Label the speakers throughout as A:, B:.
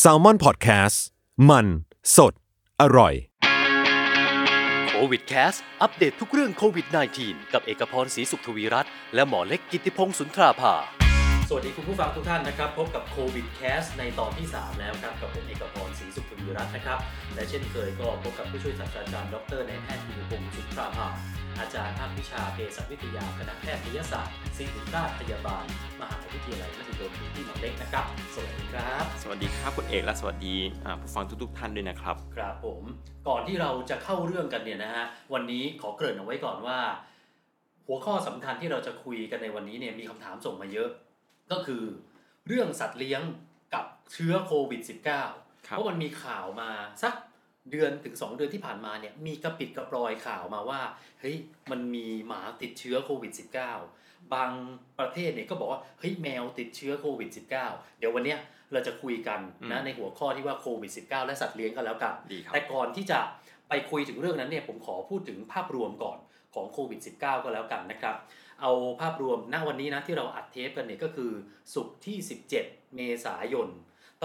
A: แซลมอนพอดแคสต์มันสดอร่อย
B: โควิดแคสอัปเดตทุกเรื่องโควิด -19 กับเอกพรศรีสุขทวีรัตน์และหมอเล็กกิติพงศ์สุนทราภา สวัสดีคุณผู้ฟังทุกท่านนะครับ พบกับโควิดแคสในตอนที่ 3 แล้วครับ กับผมเอกพรศรีสุขทวีรัตน์นะครับ และเช่นเคยก็พบกับผู้ช่วยศาสตราจารย์ดรนายแพทย์กิติพงศ์สุนทราภา อาจารย์ภาควิชาเภสัชวิทยาคณะแพทยศาสตร์ศิริราชพยาบาล มหาวิทยาลัยมหิดลที่หมอเล็กนะครับ สวัสดีครับ
C: สวัสดีครับคุณเอกและสวัสดีอ่าผู้ฟังทุกๆท่านด้วยนะครับ
B: ครับผมก่อนที่เราจะเข้าเรื่องกันเนี่ยนะฮะวันนี้ขอเกริ่นเอาไว้ก่อนว่า หัวข้อสำคัญที่เราจะคุยกันในวันนี้เนี่ยมีคำถามส่งมาเยอะ ก็คือ เรื่องสัตว์เลี้ยงกับเชื้อโควิด -19
C: ครับ
B: เพราะมันมีข่าวมาสักเดือนถึง 2 เดือนที่ผ่านมาเนี่ยมีกระปิดกระปลอยข่าวมาว่าเฮ้ยมันมีหมาติดเชื้อโควิด -19 บางประเทศเนี่ยก็บอกว่าเฮ้ยแมวติดเชื้อโควิด -19 เดี๋ยววันเนี้ยเราจะคุยกันนะ
C: อืม
B: ในหัวข้อที่ว่าโควิด -19 และสัตว์เลี้ยงกันแล้วกัน
C: ดีครับ
B: แต่ก่อนที่จะไปคุยถึงเรื่องนั้นเนี่ยผมขอพูดถึงภาพรวมก่อนของโควิด -19 ก็แล้วกันนะครับ เอาภาพรวมณวันนี้นะที่เราอัดเทปกันเนี่ยก็คือศุกร์ที่ 17 เมษายน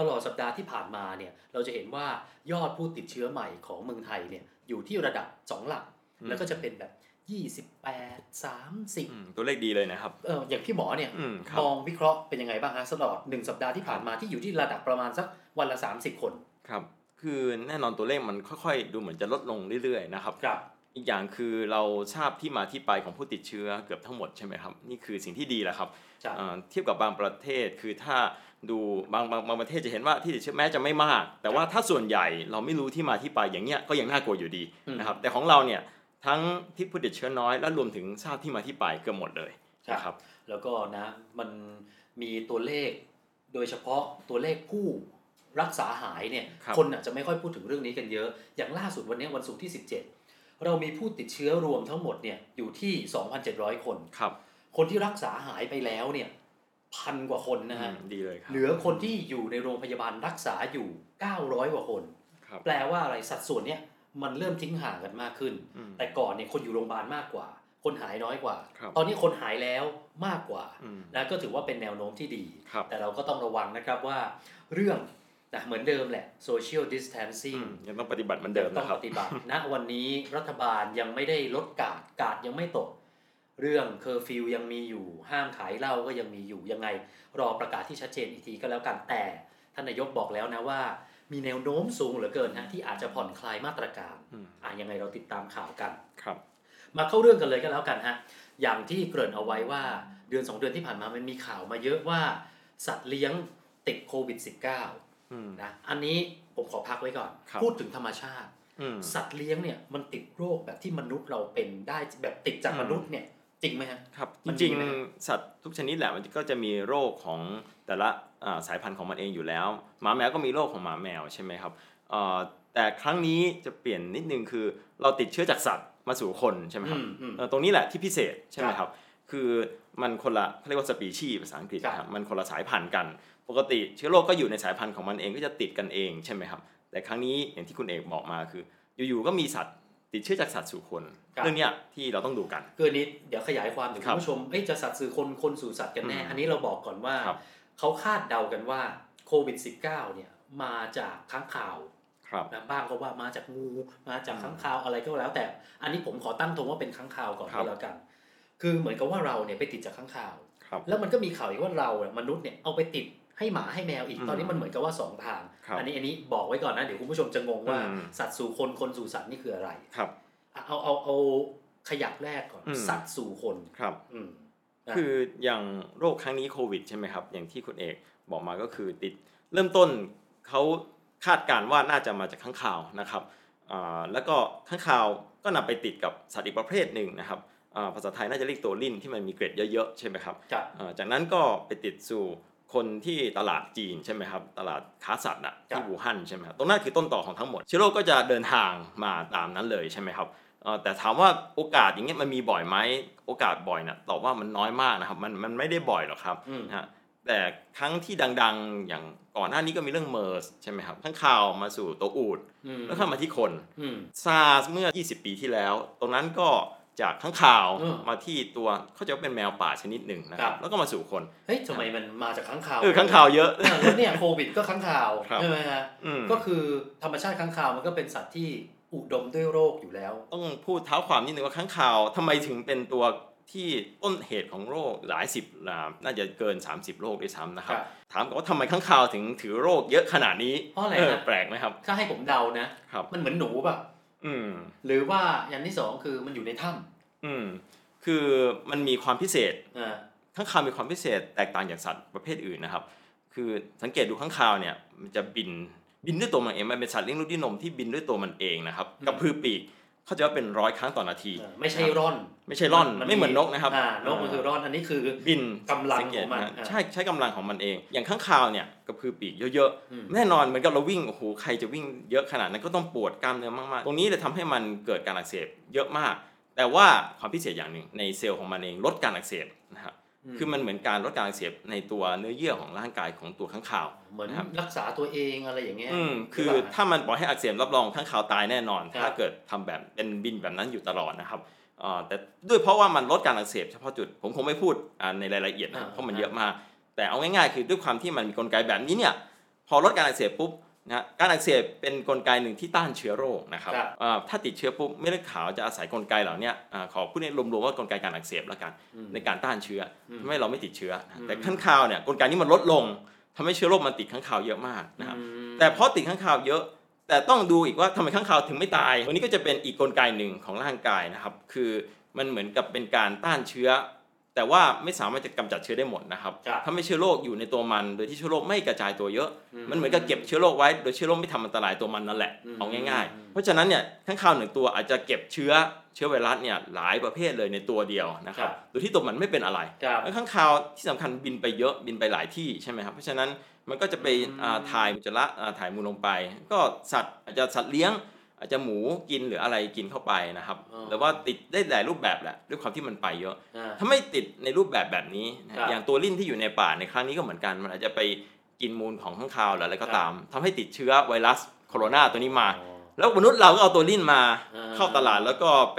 B: ตลอดสัปดาห์ที่ผ่านมาเนี่ยเราจะเห็นว่ายอดผู้ติดเชื้อใหม่ของเมืองไทยเนี่ยอยู่ที่ระดับ 2 หลัก
C: อืม
B: แล้วก็จะเป็นแบบ 28
C: อืมตัวเลขดีเลยนะครับ
B: 30เอออย่างพี่หมอเนี่ย
C: อืมครับ
B: มองวิเคราะห์เป็นยังไงบ้างฮะสำหรับหนึ่งสัปดาห์ที่ผ่านมาที่อยู่ที่ระดับประมาณสักวันละ 30 คน
C: ครับ คือแน่นอนตัวเลขมันค่อยๆ ดูเหมือนจะลดลงเรื่อยๆนะครับ
B: ครับ
C: อีกอย่างคือเราทราบที่มาที่ไปของผู้ติดเชื้อเกือบทั้งหมดใช่ไหมครับ นี่คือสิ่งที่ดีแหละครับ
B: ครับ
C: เอ่อเทียบกับบางประเทศคือถ้าดูบางบางบางประเทศจะเห็นว่าที่ติดเชื้อแม้จะไม่มาก แต่ว่าถ้าส่วนใหญ่เราไม่รู้ที่มาที่ไปอย่างเงี้ยก็ยังน่ากลัวอยู่ดีนะครับแต่ของเราเนี่ยทั้งที่ผู้ติดเชื้อน้อยและรวมถึงทราบที่มาที่ไปเกือบหมดเลยนะครับ
B: แล้วก็นะมันมีตัวเลขโดยเฉพาะตัวเลขผู้รักษาหายเนี่ย
C: ครับ
B: คนอาจจะไม่ค่อยพูดถึงเรื่องนี้กันเยอะ อย่างล่าสุดวันนี้วันศุกร์ที่ 17 เรามีผู้ติดเชื้อรวมทั้งหมดเนี่ยอยู่ที่ 2,700 คน
C: ครับ
B: คนที่รักษาหายไปแล้วเนี่ยพันกว่าคนนะฮะ
C: อืมดีเลยครับ
B: เหลือคนที่อยู่ในโรงพยาบาลรักษาอยู่ 900 กว่าคน
C: ครับ
B: แปลว่าอะไรสัดส่วนเนี่ยมันเริ่มทิ้งห่างกันมากขึ้น
C: อืม
B: แต่ก่อนเนี่ยคนอยู่โรงพยาบาลมากกว่า คนหายน้อยกว่า
C: ครับ
B: ตอนนี้คนหายแล้วมากกว่า
C: อืม
B: นะก็ถือว่าเป็นแนวโน้มที่ดี
C: ครับ
B: แต่เราก็ต้องระวังนะครับว่าเรื่องนะเหมือนเดิมแหละ social distancing
C: ยังต้องปฏิบัติเหมือนเดิม
B: ต้อ
C: นะ
B: ง
C: ครั
B: ป
C: บ
B: ฏิ บัติ ณวันนี้รัฐบาลยังไม่ได้ลดกาดกาดยังไม่ตก เรื่องเคอร์ฟิวยังมีอยู่ ห้ามขายเหล้าก็ยังมีอยู่ยังไง รอประกาศที่ชัดเจนอีกทีก็แล้วกันแต่ท่านนายกบอกแล้วนะว่า มีแนวโน้มสูงเหลือเกินนะที่อาจจะผ่อนคลายมาตรการ
C: อืม
B: อ่ะยังไงเราติดตามข่าวกัน
C: ครับ
B: มาเข้าเรื่องกันเลยก็แล้วกันฮะ อย่างที่เกริ่นเอาไว้ว่าเดือน 2 เดือนที่ผ่านมามันมีข่าวมาเยอะว่า สัตว์เลี้ยงติดโควิด -19
C: อืม
B: นะอันนี้ผมขอพักไว้ก่อน
C: ครับ
B: พูดถึงธรรมชาติ
C: อืม
B: สัตว์เลี้ยงเนี่ยมันติดโรคแบบที่มนุษย์เราเป็นได้แบบติดจาก
C: อืม
B: มนุษย์เนี่ยจริงไหมฮะ
C: ครับ
B: มั
C: จ
B: นมี
C: ริง
B: ไหม
C: ๆสัตว์ทุกชนิดแหละมันก็จะมีโรคของแต่ละอ่าสายพันธุ์ของมันเองอยู่แล้ว หมาแมวก็มีโรคของหมาแมวใช่ไหมครับเอ่อแต่ครั้งนี้จะเปลี่ยนนิดนึงคือ เราติดเชื้อจากสัตว์มาสู่คนใช่ไหมครับ
B: อืมอืม
C: เอ่อตรงนี้แหละที่พิเศษใช่ไหม
B: ค
C: ค
B: รั
C: รั
B: บบ
C: คือมันคนละเขาเรียกว่าสปีชีส์ภาษาอังกฤษ
B: ครับ
C: นะครับมันคนละสายพันธุ์กัน ปกติเชื้อโรคก็อยู่ในสายพันธุ์ของมันเองก็จะติดกันเองใช่ไหมครับ แต่ครั้งนี้อย่างที่คุณเอกบอกมาคือ อยู่ๆก็มีสัตว์ติดเชื้อจากสัตว์สู่คน
B: ครับ
C: เรื่องเนี้ยที่เราต้องดูกัน
B: คืออันนี้เดี๋ยวขยายความถึง
C: ครั
B: คุณ
C: บ
B: ผู้ชมเอ้ยจะสัตว์สู่คนคนสู่สัตว์กันแน่
C: อืม
B: อันนี้เราบอกก่อนว่า
C: ครับ
B: เขาคาดเดากันว่าโควิด -19 เนี่ยมาจากค้างข่าว
C: ครับ
B: นะบ้างก็ว่ามาจากงูมาจาก
C: อืม
B: ค้างคาวอะไรก็แล้ว แต่อันนี้ผมขอตั้งทงว่าเป็นค้างคาวก่อน
C: ครั
B: ก็
C: บ
B: แล้วกัน คือเหมือนกับว่าเราเนี่ยไปติดจากค้างคาว
C: ครับ
B: แล้วมันก็มีข่าวอีกว่าเราอะมนุษย์เนี่ยเอาไปติดให้หมาให้แมวอีก
C: อืม
B: ตอนนี้มันเหมือนกับว่าสองทาง
C: ครับ
B: อันนี้อันนี้บอกไว้ก่อนนะเดี๋ยวคุณผู้ชมจะงงว่า
C: อืม
B: สัตว์สู่คนคนสู่สัตว์นี่คืออะไร
C: ครับ
B: อะเอาเอาเอาขยักแรกก่อน
C: อืม
B: สัตว์สู่คน
C: ครับ
B: อืมนะ
C: คืออย่างโรคครั้งนี้โควิดใช่ไหมครับ อย่างที่คุณเอกบอกมาก็คือติดเริ่มต้นเขาคาดการณ์ว่าน่าจะมาจากข้างข่าวนะครับอ่าแล้วก็ข้างข่าวก็นำไปติดกับสัตว์อีกประเภทหนึ่งนะครับอ่าภาษาไทยน่าจะเรียกตัวลิ่นที่มันมีเกร็ดเยอะๆใช่ไหมครับ
B: กับ
C: อ่าจากนั้นก็ไปติดสู่ คนที่ตลาดจีนใช่ไหมครับตลาดค้าสัตว์อะ
B: ครับ
C: ที่อู่ฮั่นใช่ไหมครับตรงนั้นคือต้นต่อของทั้งหมดเชื้อโรคก็จะเดินทางมาตามนั้นเลยใช่ไหมครับเอ่อแต่ถามว่าโอกาสอย่างเงี้ยมันมีบ่อยไหมโอกาสบ่อยนะตอบว่ามันน้อยมากนะครับมันมันไม่ได้บ่อยหรอกครับ
B: อืม
C: นะฮะแต่ครั้งที่ดังๆ อย่างก่อนหน้านี้ก็มีเรื่องเมอร์สใช่ไหมครับข้างข่าวมาสู่ตัวอูด
B: อืม
C: แล้วเข้ามาที่คน
B: อืม
C: ซาร์สเมื่อ 20 ปีที่แล้ว ตรงนั้นก็จากข้างข่าว
B: อืม
C: มาที่ตัวเขาจะเป็นแมวป่าชนิดหนึ่งนะค
B: ค
C: รั
B: รับ บ
C: แล้วก็มาสู่คน
B: เฮ้ยทำไมมันมาจากข้างข่าว
C: เออข้างข่าวเยอะ
B: เออแล้วเนี่ยโควิดก็ข้างข่าว
C: ครับ
B: ใช่ไหมฮะ
C: อืม
B: ก็คือธรรมชาติข้างข่าวมันก็เป็นสัตว์ที่อุดมด้วยโรคอยู่แล้ว
C: ต้องพูดเท้าความนิดนึงว่าข้างข่าวทำไมถึงเป็นตัวที่ต้นเหตุของโรคหลายสิบอ่าน่าจะเกิน 30 โรคด้วยซ้ำนะครับ
B: ครับ
C: ถามกอนว่าทำไมข้างข่าวถึงถือโรคเยอะขนาดนี้
B: เพราะอะไร
C: เออ
B: ครับ
C: แปลกไหมครับ
B: ถ้าให้ผมเดานะครับ มันเหมือนหนูป่ะ
C: อืม
B: หรือว่าอย่างที่สองคือมันอยู่ในถ้ำ
C: อืมคือมันมีความพิเศษ
B: อ่า
C: ข้างคาวมีความพิเศษแตกต่างจากสัตว์ประเภทอื่นนะครับ คือสังเกตดูข้างคาวเนี่ยมันจะบินบินด้วยตัวมันเองมันเป็นสัตว์เลี้ยงลูกด้วยนมที่บินด้วยตัวมันเองนะครับ
B: อืม
C: กับพือปีกเขาใจะว่าเป็นร้อยครั้งต่อนาที
B: เออไม่ใช่ร่อน
C: ไม่ใช่ร่อนไม่เหมือนนกนะครับ
B: อ่านกมันคือร่อนอันนี้คือ
C: บิน
B: กำลัง
C: สัเต
B: ของมัน
C: นะ
B: อ่า
C: ใช่ใช้กำลังของมันเอง อย่างข้างคาวเนี่ยกับพือปีกเยอะ
B: อืม
C: ๆแน่นอนเหมือนกับเราวิ่งโอ้โหใครจะวิ่งเยอะขนาดนั้นก็ต้องปวดกล้ามเนื้อมากๆ ตรงนี้เลยทำให้มันเกิดการอักเสบเยอะมาก แต่ว่าความพิเศษอย่างหนึ่งในเซลล์ของมันเองลดการอักเสบนะครับคือมันเหมือนการลดการอักเสบในตัวเนื้อเยื่อของร่างกายของตัวข้างคาว
B: เหมือน
C: นะครับ
B: รักษาตัวเองอะไรอย่างเงี้ย
C: อืมคือ
B: ใช่ปะ
C: ถ้ามันปล่อยให้อักเสบรับรองข้างข่าวตายแน่นอน
B: ครับ
C: ถ้าเกิดทำแบบเป็นบินแบบนั้นอยู่ตลอดนะครับอ่าแต่ด้วยเพราะว่ามันลดการอักเสบเฉพาะจุดผมคงไม่พูดอ่าในรายละเอียดนะครับ
B: อ่า
C: เพราะมันเยอะมาก แต่เอาง่ายๆ คือด้วยความที่มันมีกลไกแบบนี้เนี่ยพอลดการอักเสบปุ๊บนะฮะการอักเสบเป็นกลไกหนึ่งที่ต้านเชื้อโรคนะครับ
B: ครับ
C: อ่าถ้าติดเชื้อปุ๊บเม็ดเลือดขาวจะอาศัยกลไกเหล่าเนี้ยอ่าขอพูดในรวมๆว่ากลไกการอักเสบละกัน
B: อืม
C: ในการต้านเชื้อ
B: อืม
C: ทำให้เราไม่ติดเชื้อนะ
B: อืม
C: แต่ข้างข่าวเนี่ยกลไกนี้มันลดลงทำให้เชื้อโรคมันติดข้างข่าวเยอะมากนะครับ
B: อืม
C: แต่เพราะติดข้างคาวเยอะ แต่ต้องดูอีกว่าทำไมข้างคาวถึงไม่ตายตัวนี้ก็จะเป็นอีกกลไกหนึ่งของร่างกายนะครับ คือมันเหมือนกับเป็นการต้านเชื้อ แต่ว่าไม่สามารถจะกำจัดเชื้อได้หมดนะครับ
B: ครับ
C: ถ้าไม่เชื้อโรคอยู่ในตัวมัน โดยที่เชื้อโรคไม่กระจายตัวเยอะ
B: อืม
C: มันเหมือนกับเก็บเชื้อโรคไว้ โดยเชื้อโรคไม่ทำอันตรายตัวมันนั่นแหละ
B: อืม
C: เอาง่าย
B: อืม
C: ๆ เพราะฉะนั้นเนี่ยข้างคาวหนึ่งตัวอาจจะเก็บเชื้อเชื้อไวรัสเนี่ยหลายประเภทเลยในตัวเดียวนะค
B: ค
C: รั
B: รับ บ
C: โดยที่ตัวมันไม่เป็นอะไร
B: ครับ
C: แล้วข้างคาวที่สำคัญบินไปเยอะบินไปหลายที่ใช่ไหมครับเพราะฉะนั้นมันก็จะไป
B: อืม
C: อ่าถ่ายอุจจาระอ่าถ่ายมูลลงไป ก็สัตว์อาจจะสัตว์เลี้ยง อาจจะหมูกินหรืออะไรกินเข้าไปนะครับ
B: อ๋อ
C: หรือว่าติดได้หลายรูปแบบแหละด้วยความที่มันไปเยอะ
B: อ่า
C: ถ้าไม่ติดในรูปแบบแบบนี้นะครับ อย่างตัวลิ้นที่อยู่ในป่าในครั้งนี้ก็เหมือนกัน มันอาจจะไปกินมูลของข้างคาวหรืออะไรก็ตามทำให้ติดเชื้อไวรัสโคโรนาตัวนี้มา
B: อ๋อ
C: แล้วมนุษย์เราก็เอาตัวลิ้นมา
B: อ่า
C: เข้าตลาดแล้วก็ไป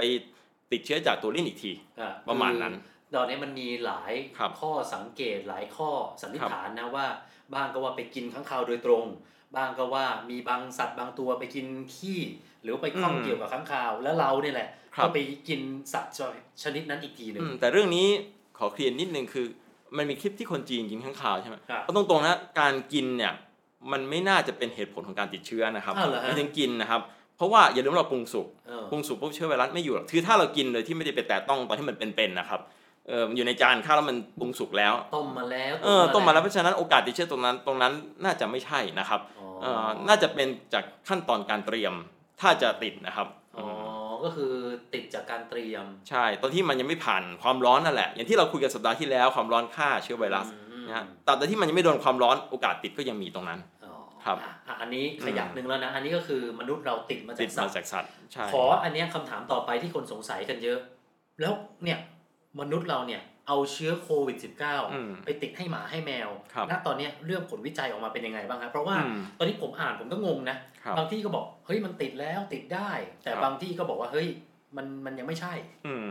C: ติดเชื้อจากตัวลิ้นอีกที
B: อ่
C: ประมาณนั้น
B: คือตอนนี้มันมีหลาย
C: ครับ
B: ข้อสังเกตหลายข้อสันนิษฐานนะว่าบางก็ว่าไปกินข้างคาวโดยตรง บางก็ว่ามีบางสัตว์บางตัวไปกินขี้หรือไปข้อง
C: อืม
B: เกี่ยวกับข้างคาว แล้วเราเนี่ยแหละ
C: ครับ
B: ก็ไปกินสัตว์ชนิดนั้นอีกทีหนึ่ง
C: อืมแต่เรื่องนี้ขอเคลียร์นิดนึงคือมันมีคลิปที่คนจีนกินข้างคาวใช่ไหม
B: ครับ
C: ก็ตรงๆนะการกินเนี่ยมันไม่น่าจะเป็นเหตุผลของการติดเชื้อนะครับ
B: อ้าวเหรอฮะ
C: ไม่ถึงกินนะครับ เพราะว่าอย่าลืมว่าเราปรุงสุก
B: เออ
C: ปรุงสุกปุ๊บเชื้อไวรัสไม่อยู่หรอกคือถ้าเรากินโดยที่ไม่ได้ไปแตะต้องตอนที่มันเป็นๆนะครับเออมันอยู่ในจานข้าวแล้วมันปรุงสุกแล้ว
B: ต้มมาแล้ว
C: เออต้มมาแล้วเพราะฉะนั้นโอกาสติดเชื้อตรงนั้นตรงนั้นน่าจะไม่ใช่นะครับ
B: อ๋อ
C: เออน่าจะเป็นจากขั้นตอนการเตรียมถ้าจะติดนะครับ
B: อ๋อ
C: ม
B: ก็คือติดจากการเตรียม
C: ใช่ ตอนที่มันยังไม่ผ่านความร้อนนั่นแหละ อย่างที่เราคุยกันสัปดาห์ที่แล้วความร้อนฆ่าเชื้อไวรัส
B: อืม
C: นะฮะตราบใดที่มันยังไม่โดนความร้อนโอกาสติดก็ยังมีตรงนั้น
B: อ๋อ
C: ครับ
B: อ่ะอ่ะอันนี้ขยักหนึ่งแล้วนะอันนี้ก็คือมนุษย์เราติดมา
C: ติ
B: จา
C: ด
B: กสั
C: มา
B: ตว์
C: จากสัตว์ใช่
B: ขออันเนี้ยคำถามต่อไปที่คนสงสัยกันเยอะ แล้วเนี่ยมนุษย์เราเนี่ยเอาเชื้อโควิด
C: อืม
B: -19 ไปติดให้หมาให้แมว
C: ครับ
B: ณตอนเนี้ยเรื่องผลวิจัยออกมาเป็นยังไงบ้างครับ เพราะว่า
C: อืม
B: ตอนนี้ผมอ่านผมก็งงนะ
C: ครับ
B: บางที่ก็บอกเฮ้ยมันติดแล้วติดได้ แต่
C: ครับ
B: บางที่ก็บอกว่าเฮ้ยมันมันยังไม่ใช่
C: อืม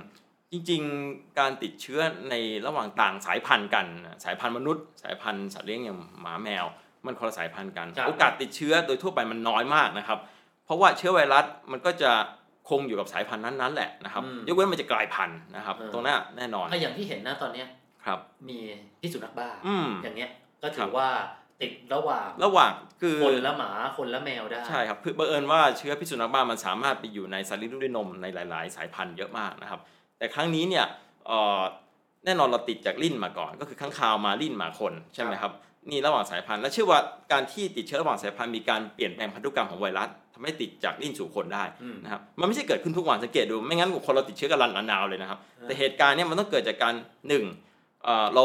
C: จริงๆ การติดเชื้อในระหว่างต่างสายพันธุ์กันนะสายพันธุ์มนุษย์ สายพันธุ์สัตว์เลี้ยงอย่างหมาแมว มันคนละสายพันธุ์กัน
B: ครับ
C: โอกาสติดเชื้อโดยทั่วไปมันน้อยมากนะครับ เพราะว่าเชื้อไวรัสมันก็จะคงอยู่กับสายพันธุ์นั้นๆแหละนะครับ
B: อืม
C: ยกเว้นมันจะกลายพันธุ์นะครับ
B: เออ
C: ตรงนั้นแน่นอน
B: ถ้าอย่างที่เห็นนะตอนเนี้ย
C: ครับ
B: มีพิษสุนัขบ้า
C: อืม
B: อย่างเงี้ยก็
C: ครั
B: ถือบ ว่าติดระหว่าง
C: ระหว่างคือ
B: คนละหมาคนละแมวได้
C: ใช่ครับคือบังเอิญว่าเชื้อพิษสุนัขบ้ามันสามารถไปอยู่ในสัตว์เลี้ยงลูกด้วยนมในหลาย ๆ สายพันธุ์เยอะมากนะครับ แต่ครั้งนี้เนี่ยเอ่อแน่นอนเราติดจากลิ้นมาก่อน ก็คือข้างคาวมาลิ้นมาคนใช่ไหมครับนี่ระหว่างสายพันธุ์และเชื่อว่าการที่ติดเชื้อระหว่างสายพันธุ์มีการเปลี่ยนแปลงพันธุกรรมของไวรัสทำให้ติดจากลิ้นสู่คนได้
B: อืม
C: นะครับมันไม่ใช่เกิดขึ้นทุกวันสังเกตดูไม่งั้นคนเราติดเชื้อกันรันอนาวเลยนะครับ
B: อ่า
C: แต่เหตุการณ์เนี่ยมันต้องเกิดจากการหนึ่งเอ่อเรา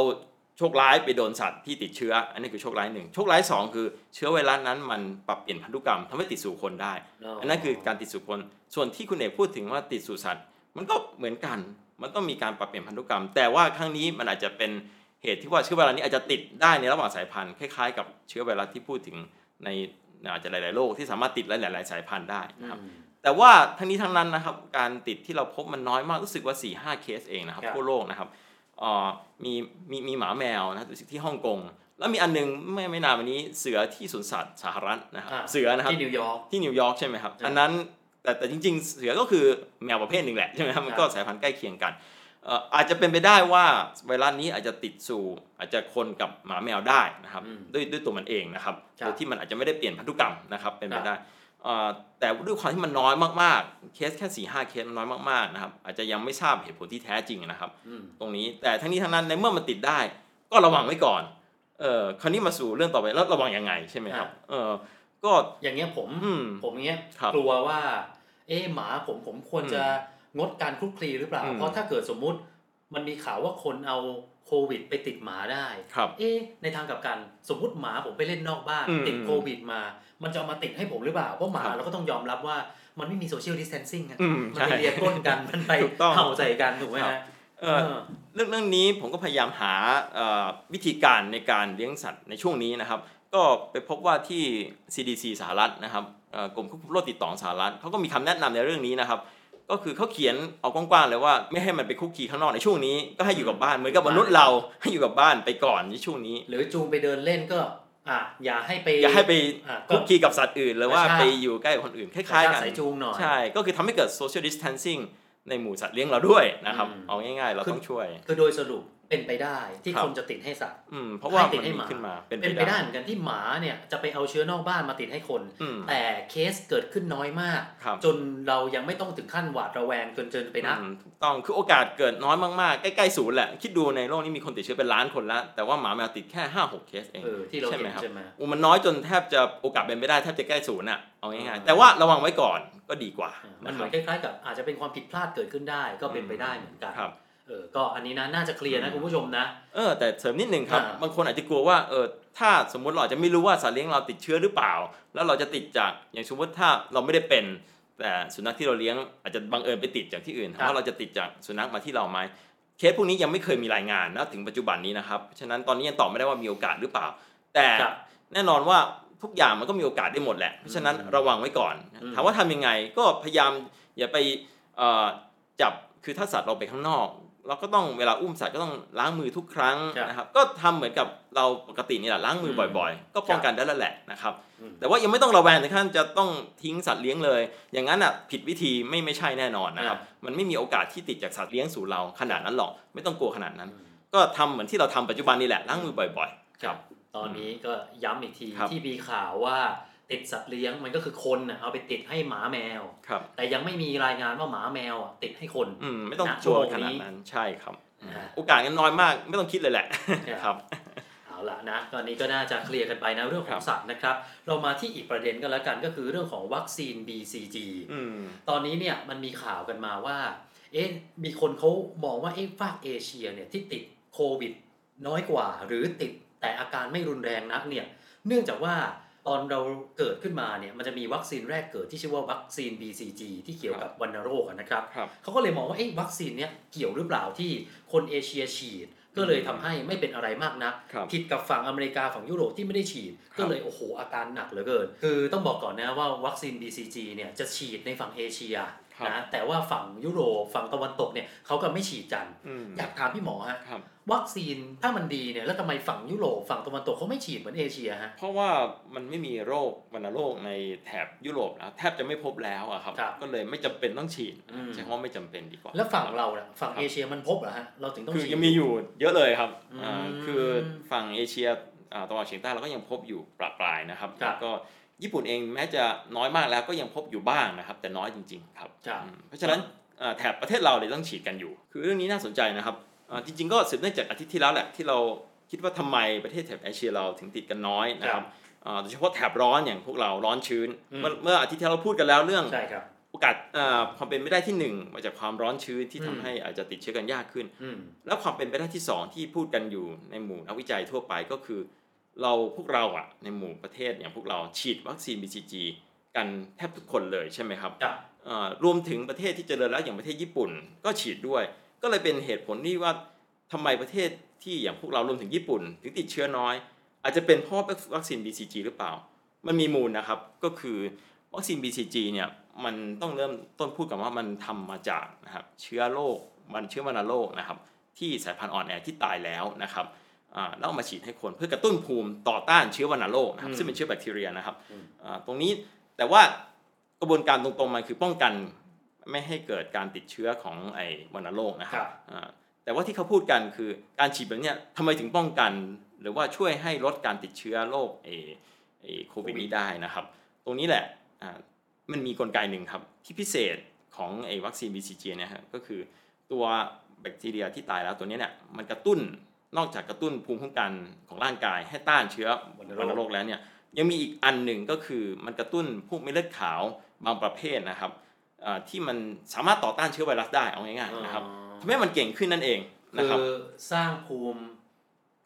C: โชคร้ายไปโดนสัตว์ที่ติดเชื้อ อันนี้คือโชคร้ายหนึ่งโชคร้ายสองคือเชื้อไวรัสนั้นมันปรับเปลี่ยนพันธุกรรมทำให้ติดสู่คนได้ อันนั้นคือการติดสู่คน ส่วนที่คุณเอกพูดถึงว่าติดสู่สัตว์ มันก็เหมือนกัน มันต้องมีการปรับเปลี่ยนพันธุกรรม แต่ว่าครั้งนี้มันอาจจะเป็นเหตุที่ว่าเชื้อไวรัสนี้อาจจะติดได้ในระหว่างสายพันธุ์คล้ายๆกับเชื้อไวรัสที่พูดถึงในอาจจะหลายๆโรคที่สามารถติดหลายๆสายพันธุ์ได้นะครับ แต่ว่าทั้งนี้ทั้งนั้นนะครับการติดที่เราพบมันน้อยมากรู้สึกว่า4ี่ห้าเคสเองนะครับ
B: ครับ
C: ทั่วโลกนะครับเอ่อมีมีมีหมาแมวนะครับรู้สึกที่ฮ่องกงแล้วมีอันหนึงไม่ไม่นานมานี้เสือที่สวนสัตว์สหรัฐนะครับเสือนะครับ
B: ที่นิวยอร์ก
C: ที่นิวยอร์กใช่ไหมครับ
B: ครับ
C: อันนั้นแต่แต่จริงๆ เสือก็คือแมวประเภทหนึ่งแหละใช่ไห มครับ มันก็สายพันธุ์ใกล้เคียงกันเอ่ออาจจะเป็นไปได้ว่าไวรัสนี้อาจจะติดสู่อาจจะคนกับหมาแมวได้นะครับ
B: อืม
C: ด้วยด้วยตัวมันเองนะครับ
B: ครับ
C: โดยที่มันอาจจะไม่ได้เปลี่ยนพันธุกรรมนะครับเป็นไป
B: ครับ
C: ได้เอ่อแต่ด้วยความที่มันน้อยมากๆ เคสแค่4ี่ห้าเคสมันน้อยมากๆนะครับอาจจะยังไม่ทราบเหตุผลที่แท้จริงนะครับ
B: อืม
C: ตรงนี้แต่ทั้งนี้ทั้งนั้นในเมื่อมันติดได้ ก็ระวังไว้ก่อนเออคราวนี้มาสู่เรื่องต่อไปแล้วระวังยังไงใช่ไหมค
B: ครั
C: รับ
B: บ
C: เออก็
B: อย่างเงี้ยผม
C: อืม
B: ผมอย่างเงี้ย
C: ครับ
B: กลัวว่า เอ๊ะหมาผมผมควรจะงดการคลุกคลีหรือเปล่า
C: อืม
B: เพราะถ้าเกิดสมมุติมันมีข่าวว่าคนเอาโควิดไปติดหมาได้
C: ครับ
B: เอ๊ะในทางกลับกันสมมติหมาผมไปเล่นนอกบ้าน
C: อืม
B: ติดโควิดมา มันจะเอามาติดให้ผมหรือเปล่า เพราะหมา
C: ครับ
B: เราก็ต้องยอมรับว่ามันไม่มีโซเชียลดิส a ทนซิ่งอะ
C: อืม
B: มันไป
C: ใช่
B: เรียกก้น กัน มันไป
C: ถูกต้อง
B: เห่าใส่กันถูกไหม
C: ครับ
B: ฮะ
C: เอ่อ
B: เออ
C: เรื่องเรื่องนี้ผมก็พยายามหาเอ่อวิธีการในการเลี้ยงสัตว์ในช่วงนี้นะครับ ก็ไปพบว่าที่ CDC สหรัฐนะครับเอ่อกรมควบคุมโรคติดต่อของสหรัฐเขาก็มีคำแนะนำในเรื่องนี้นะครับ ก็คือเขาเขียนเอากว้างๆเลยว่าไม่ให้มันไปคุกคีข้างนอกในช่วงนี้ก็ให้อยู่กับบ้านเหมือนกับมนุษย์เราให้อยู่กับบ้านไปก่อนในช่วงนี้
B: หรือจูงไปเดินเล่นก็ อ่ะอย่าให้ไป
C: อย่าให้ไป
B: อ่ะก็
C: คุกคีกับสัตว์อื่นหรือว่า
B: ใช่
C: ไปอยู่ใกล้กับคนอื่นคล้ายๆกัน
B: สายจูงหน่อย
C: ใช่ก็คือทำให้เกิด social distancing ในหมู่สัตว์เลี้ยงเราด้วยนะครับ
B: อืม
C: เอาง่ายๆ เราต้องช่วย
B: คือโดยสรุปเป็นไปได้ที่
C: ครับ
B: คนจะติดให้สัตว์
C: อืมเพราะว่า
B: ให้ติด
C: มัน
B: ให้
C: มี
B: หมา
C: ขึ้นมาเป็น
B: เป็น
C: ไป
B: ไปได้
C: ได้
B: เหมือนกันที่หมาเนี่ยจะไปเอาเชื้อนอกบ้านมาติดให้คน
C: อืม
B: แต่เคสเกิดขึ้นน้อยมาก
C: ครับ
B: จนเรายังไม่ต้องถึงขั้นหวาดระแวงจนเกินไปนะ
C: อืมถูกต้องคือโอกาสเกิดน้อยมากๆ ใกล้ๆศูนย์แหละ คิดดูในโลกนี้มีคนติดเชื้อเป็นล้านคนแล้ว แต่ว่าหมาแมวติดแค่ 5 6 เคสเอง
B: เออที่เราเห็น
C: ไหมครับ
B: ใช่ไหม
C: อูมันน้อยจนแทบจะโอกาสเป็นไปได้แทบจะใกล้ศูนย์อ่ะเอาง่าย
B: อ่า
C: ๆแต่ว่าระวังไว้ก่อนก็ดีกว่า
B: อ่ะมั
C: มันน
B: เห
C: เห
B: มื
C: มื
B: อ
C: อน น
B: คล้ายๆกับอาจจะเป็นความผิดพลาดเกิดขึ้นได้ก็เป็นไปได้เหมือนกัน
C: ครับ
B: เออก็อันนี้นะน่าจะเคลียร์นะคุณผู้ชมนะ
C: เออแต่เสริมนิดนึงครับ
B: อ่า
C: บางคนอาจจะกลัวว่าเออถ้าสมมติเราอาจจะไม่รู้ว่าสัตว์เลี้ยงเราติดเชื้อหรือเปล่า แล้วเราจะติดจากอย่างสมมติถ้าเราไม่ได้เป็น แต่สุนัขที่เราเลี้ยงอาจจะบังเอิญไปติดจากที่อื่น
B: ครับ
C: ว่าเราจะติดจากสุนัขมาที่เราไหมเคสพวกนี้ยังไม่เคยมีรายงานนะถึงปัจจุบันนี้นะครับเพราะฉะนั้นตอนนี้ยังตอบไม่ได้ว่ามีโอกาสหรือเปล่า แต่
B: ครับ
C: แน่นอนว่าทุกอย่างมันก็มีโอกาสได้หมดแหละเพราะฉะนั้นระวังไว้ก่อน
B: อืม
C: ถามว่าทำยังไงก็พยายามอย่าไปเอ่อ จับคือถ้าสัตว์เราไปข้างนอก เราก็ต้องเวลาอุ้มสัตว์ก็ต้องล้างมือทุกครั้ง
B: ครับ
C: นะครับก็ทำเหมือนกับเราปกตินี่แหละล้างมือ
B: ม
C: บ่อยๆ ก็ป้องกันได้แล้วแหละนะครับ
B: อืม
C: แต่ว่ายังไม่ต้องระแวงถึงขั้นจะต้องทิ้งสัตว์เลี้ยงเลย อย่างนั้นอ่ะผิดวิธีไม่ไม่ใช่แน่นอนนะครับมันไม่มีโอกาสที่ติดจากสัตว์เลี้ยงสู่เราขนาดนั้นหรอกไม่ต้องกลัวขนาดนั้น
B: อืม
C: ก็ทำเหมือนที่เราทำปัจจุบันนี่แหละล้างมือบ่อยๆ
B: ตอนนี้ก็ย้ำอีกที
C: ครับ
B: ที่มีข่าวว่าติดสัตว์เลี้ยงมันก็คือคนน่ะเอาไปติดให้หมาแมว
C: ครับ
B: แต่ยังไม่มีรายงานว่าหมาแมวอ่ะติดให้คน
C: อืมไม่ต้อง
B: ณ
C: ก
B: ชั่
C: ลัว
B: วโมง
C: ขนาด
B: นี้
C: นั้นใช่ครับอืม
B: อ่า
C: โอกาสกันน้อยมากไม่ต้องคิดเลยแหละครับ
B: เอาละนะตอนนี้ก็น่าจะเคลียร์กันไปนะเรื่องข
C: ครั
B: อง
C: บ
B: สัตว์นะครับ เรามาที่อีกประเด็นก็แล้วกันก็คือเรื่องของวัคซีน BCG
C: อืม
B: ตอนนี้เนี่ยมันมีข่าวกันมาว่า เอ๊ะมีคนเขามองว่าเอ๊ะฝากเอเชียเนี่ยที่ติดโควิดน้อยกว่า หรือติดแต่อาการไม่รุนแรงนักเนี่ย เนื่องจากว่าตอนเราเกิดขึ้นมาเนี่ยมันจะมีวัคซีนแรกเกิดที่ชื่อว่าวัคซีน BCG ที่เกี่ยวกับวัณโรคอะนะครับ
C: ครับ
B: เขาก็เลยมองว่าเอ๊ะวัคซีนเนี้ยเกี่ยวหรือเปล่าที่คนเอเชียฉีด ก็เลยทำให้ไม่เป็นอะไรมากนัก
C: ครับ
B: ผิดกับฝั่งอเมริกาฝั่งยุโรปที่ไม่ได้ฉีด
C: ครับ
B: ก็เลยโอ้โหอาการหนักเหลือเกิน คือต้องบอกก่อนนะว่าวัคซีน BCG เนี่ยจะฉีดในฝั่งเอเชียนะแต่ว่าฝั่งยุโรปฝั่งตะวันตกเนี่ยเขาก็ไม่ฉีดกัน
C: อืม
B: อยากถามพี่หมอฮะ
C: ครับ
B: วัคซีนถ้ามันดีเนี่ยแล้วทำไมฝั่งยุโรปฝั่งตะวันตกเขาไม่ฉีดเหมือนเอเชียฮะ
C: เพราะว่ามันไม่มีโรควัณโรคในแถบยุโรปแล้วแทบจะไม่พบแล้วอะครับ
B: ครับ
C: ก็เลยไม่จำเป็นต้องฉีด
B: อืม
C: ใช้คำว่าไม่จำเป็นดีกว่า
B: แล้วฝั่งเราน่ะฝั่ง
C: ครับ
B: เอเชียมันพบเหรอฮะเราถึงต้อง
C: คือ
B: ฉีด
C: ยังมีอยู่เยอะเลยครับ
B: อืม
C: อ่าคือฝั่งเอเชียอ่าตะวันออกเฉียงใต้เราก็ยังพบอยู่ปราปรายนะครับ
B: ครับ
C: แล้วก็ญี่ปุ่นเองแม้จะน้อยมากแล้วก็ยังพบอยู่บ้างนะครับ แต่น้อยจริง ๆ ครับ
B: ครับ
C: อืมเพราะฉะนั้นอ่าแถบประเทศเราเลยต้องฉีดกันอยู่ คือเรื่องนี้น่าสนใจนะครับอ่าจริง ๆ ก็สืบเนื่องจากอาทิตย์ที่แล้วแหละที่เราคิดว่าทำไมประเทศแถบเอเชียเราถึงติดกันน้อยนะค
B: ครั
C: รับบ อ่าโดยเฉพาะแถบร้อนอย่างพวกเราร้อนชื้น
B: อืม
C: เมื่อเมื่ออาทิตย์ที่แล้วเราพูดกันแล้วเรื่อง
B: ใช่ครับ
C: โอ กาสเอ่อความเป็นไปได้ที่หนึ่งมาจากความร้อนชื้นที่ทำ
B: อืม
C: ให้อาจจะติดเชื้อกันยากขึ้น
B: อืม
C: แล้วความเป็นไปได้ที่สองที่พูดกันอยู่ในหมู่นักวิจัยทั่วไปก็คือ เราพวกเราอะในหมู่ประเทศอย่างพวกเราฉีดวัคซีน BCG กันแทบทุกคนเลยใช่ไหมครับ
B: ครับ
C: เอ่อรวมถึงประเทศที่เจริญแล้วอย่างประเทศญี่ปุ่นก็ฉีดด้วย ก็เลยเป็นเหตุผลที่ว่าทำไมประเทศที่อย่างพวกเรารวมถึงญี่ปุ่น ถึงติดเชื้อน้อย อาจจะเป็นเพราะวัคซีน BCG หรือเปล่า มันมีมูลนะครับก็คือวัคซีน BCG เนี่ยมันต้องเริ่มต้นพูดกันว่ามันทำมาจากนะครับเชื้อโรคมันเชื้อวัณโรคนะครับที่สายพันธุ์อ่อนแอที่ตายแล้วนะครับอ่าแล้วเอามาฉีดให้คนเพื่อกระตุ้นภูมิต่อต้านเชื้อวัณโรคนะครับซึ่งเป็นเชื้อแบคทีเรียนะครับอ่าตรงนี้แต่ว่า กระบวนการตรงๆมันคือป้องกันไม่ให้เกิดการติดเชื้อของไอ้วัณโรคนะค
B: ครั
C: รับบ อ่าแต่ว่าที่เขาพูดกันคือการฉีดแบบเนี้ยทำไมถึงป้องกัน หรือว่าช่วยให้ลดการติดเชื้อโรคไอ้ไอ้โควิดนี้ได้นะครับ ตรงนี้แหละอ่ามันมีกลไกหนึ่งครับ ที่พิเศษของไอ้วัคซีน BCG เนะฮะก็คือตัวแบคทีเรียที่ตายแล้วตัวเนี้ยเนี่ยมันกระตุ้นนอกจากกระตุ้นภูมิคุ้มกันของร่างกาย ให้ต้านเชื้อวัณโรคแล้วเนี่ย ยังมีอีกอันหนึ่งก็คือมันกระตุ้นพวกเม็ดเลือดขาวบางประเภทนะครับเอ่อที่มันสามารถต่อต้านเชื้อไวรัสได้เอาง่ายๆนะครับทำให้มันเก่งขึ้นนั่นเองนะ
B: คื
C: ครับ
B: อสร้างภูมิ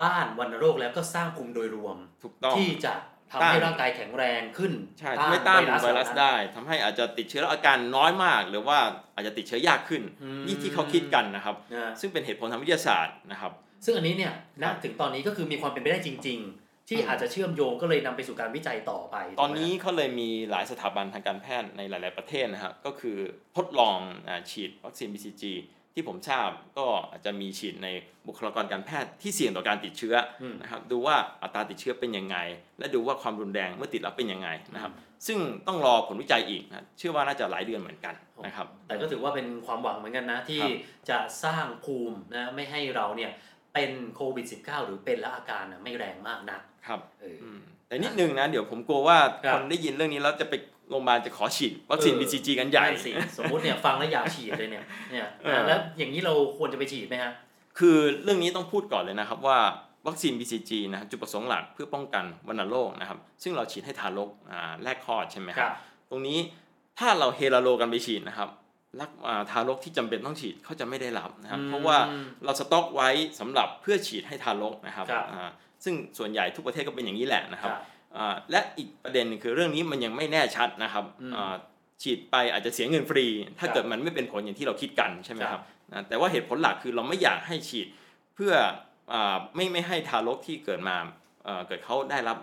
B: ต้านวัณโรคแล้วก็สร้างภูมิโดยรวม
C: ถูกต้อง
B: ที่จะทำ
C: ต้าน
B: ให้ร่างกายแข็งแรงขึ้น
C: ใช่ทำให้ต้านไวรั
B: เหล่า
C: ส
B: นั้น
C: ได้ทำให้อาจจะติดเชื้อแล้วอาการน้อยมาก หรือว่าอาจจะติดเชื้อยากขึ้น
B: อืม
C: นี่ที่เขาคิดกันนะครับ
B: นะ
C: ซึ่งเป็นเหตุผลทางวิทยาศาสตร์นะครับ
B: ซึ่งอันนี้เนี่ย
C: ครั
B: นะ
C: บ
B: ถึงตอนนี้ก็คือมีความเป็นไปได้จริง ๆ ที่
C: อืม
B: อาจจะเชื่อมโยงก็เลยนำไปสู่การวิจัยต่อไป
C: ตอนนี้
B: ถูกไหม
C: เขาเลยมีหลายสถาบันทางการแพทย์ในหลาย ๆ ประเทศนะฮะก็คือทดลองอาฉีดวัคซีน BCG ที่ผมทราบก็อาจจะมีฉีดในบุคลากรการแพทย์ที่เสี่ยงต่อการติดเชื้ออ
B: ม
C: นะครับดูว่าอัตราติดเชื้อเป็นยังไง และดูว่าความรุนแรงเมื่อติดแล้วเป็นยังไงนะครับซึ่งต้องรอผลวิจัยอีกนะเชื่อว่าน่าจะหลายเดือนเหมือนกันนะครับ
B: แต่ก็ถือว่าเป็นความหวังเหมือนกันนะ ที่
C: ครับ
B: จะสร้างภูมินะไม่ให้เราเนี่ยเป็นโควิด -19 หรือเป็นแล้วอาการน่ะไม่แรงมากนัก
C: ครับ
B: เออ
C: อืมแต่นิดนึงนะเดี๋ยวผมกลัวว่า
B: ครับ
C: คนได้ยินเรื่องนี้แล้วจะไปโรงพยาบาลจะขอฉีดวัคซีน
B: เออ
C: BCG กันใหญ่
B: นั่นสิสมมติเนี่ยฟังแล้วอยากฉีดเลยเนี่ยเนี่ย
C: เออ
B: แล้วอย่างนี้เราควรจะไปฉีดไหมฮะ
C: คือเรื่องนี้ต้องพูดก่อนเลยนะครับว่าวัคซีน BCG นะครับจุดประสงค์หลักเพื่อป้องกันวัณโรคนะครับซึ่งเราฉีดให้ทารกอ่าแรกคลอดใช่ไหมครับตรงนี้ถ้าเราเฮลาโลกันไปฉีดนะครับรักอ่าทารกที่จำเป็นต้องฉีดเขาจะไม่ได้รับนะครับ
B: อืม
C: เพราะว่าเราสต็อกไว้สำหรับเพื่อฉีดให้ทารกนะครับ
B: ครับ
C: อ่าซึ่งส่วนใหญ่ทุกประเทศก็เป็นอย่างนี้แหละนะค
B: ครั
C: รับ
B: บ
C: อ่าและอีกประเด็นหนึงคือเรื่องนี้มันยังไม่แน่ชัดนะครับ
B: อืม
C: อ่าฉีดไปอาจจะเสียเงินฟรี ถ้า
B: ครับ
C: เกิดมันไม่เป็นผลอย่างที่เราคิดกันใช่ไหม
B: ค
C: ค
B: รั
C: รั
B: บบ
C: นะแต่ว่าเหตุผลหลักคือเราไม่อยากให้ฉีดเพื่ออาไม่ไม่ให้ทารกที่เกิดมาเอ่อเกิดเขาได้รับ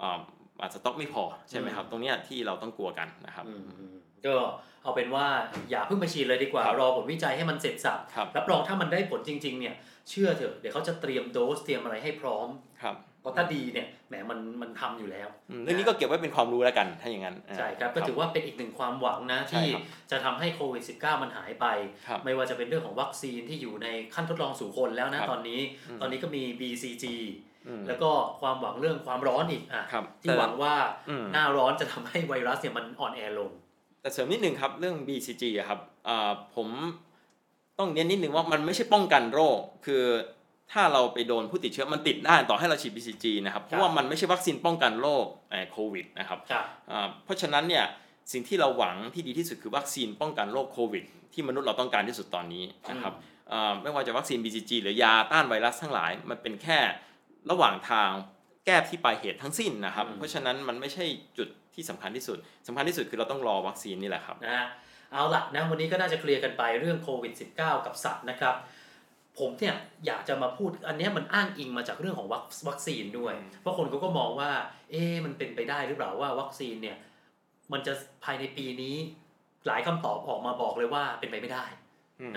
C: อ่าอาจจะสต็อกไม่พอใช่ไหมครับ
B: อืม
C: ตรงเนี้ยที่เราต้องกลัวกันนะครับ
B: อืมก็เอาเป็นว่าอย่าเพิ่งไปฉีดเลยดีกว่า
C: ครับ
B: รอผลวิจัยให้มันเสร็จสับ
C: ครับ
B: รับรองถ้ามันได้ผลจริง ๆ เนี่ย เชื่อเถอะเดี๋ยวเขาจะเตรียมโดสเตรียมอะไรให้พร้อม
C: ครับ
B: เพราะถ้าดีเนี่ยแหมมันมันทำอยู่แล้ว
C: อืมเรื่องนี้ก็เก็บไว้เป็นความรู้แล้วกันถ้าอย่างนั้นอ่า
B: ใช่ครับก็ถือว่าเป็นอีกหนึ่งความหวังนะ
C: ใช่
B: ที่
C: ครับ
B: จะทำให้โควิด -19 มันหายไป
C: ครับ
B: ไม่ว่าจะเป็นเรื่องของวัคซีนที่อยู่ในขั้นทดลองสู่คนแล้วนะครับ ตอนนี้
C: อืม
B: ตอนนี้ก็มี BCG
C: อืม
B: แล้วก็ความหวังเรื่องความร้อนอีกอ่ะ
C: ครับ
B: ที่หวังว่า
C: อืม
B: หน้าร้อนจะทำให้ไวรัสเนี่ยมันอ่อนแอลง
C: แต่เสริมนิดหนึ่งครับเรื่อง BCG อะครับอ่าผมต้องเน้นนิดหนึ่งว่ามันไม่ใช่ป้องกันโรค คือถ้าเราไปโดนผู้ติดเชื้อมันติดได้ต่อให้เราฉีด BCG นะครับเพ
B: ครั
C: ราะ
B: บ
C: ว่ามันไม่ใช่วัคซีนป้องกันโรคเอ่อโควิดนะครับ
B: ครับ
C: อ่าเพราะฉะนั้นเนี่ยสิ่งที่เราหวังที่ดีที่สุดคือวัคซีนป้องกันโรคโควิด ที่มนุษย์เราต้องการที่สุดตอนนี้นะครับอ่าไม่ว่าจะวัคซีน BCG หรือยาต้านไวรัสทั้งหลาย มันเป็นแค่ระหว่างทางแก้ที่ปลายเหตุทั้งสิ้นนะครับ
B: อืม
C: เพราะฉะนั้นมันไม่ใช่จุดที่สำคัญที่สุดสำคัญที่สุดคือเราต้องรอวัคซีนนี่แหละครับ
B: นะฮะเอาละนะวันนี้ก็น่าจะเคลียร์กันไปเรื่องโควิด -19 กับสัตว์นะครับ ผมเนี่ยอยากจะมาพูดอันเนี้ยมันอ้างอิงมาจากเรื่องของวัควัคซีนด้วย เพราะคนเขาก็มองว่า เอ๊ะมันเป็นไปได้หรือเปล่าว่าวัคซีนเนี่ยมันจะภายในปีนี้หลายคำตอบออกมาบอกเลยว่าเป็นไปไม่ได้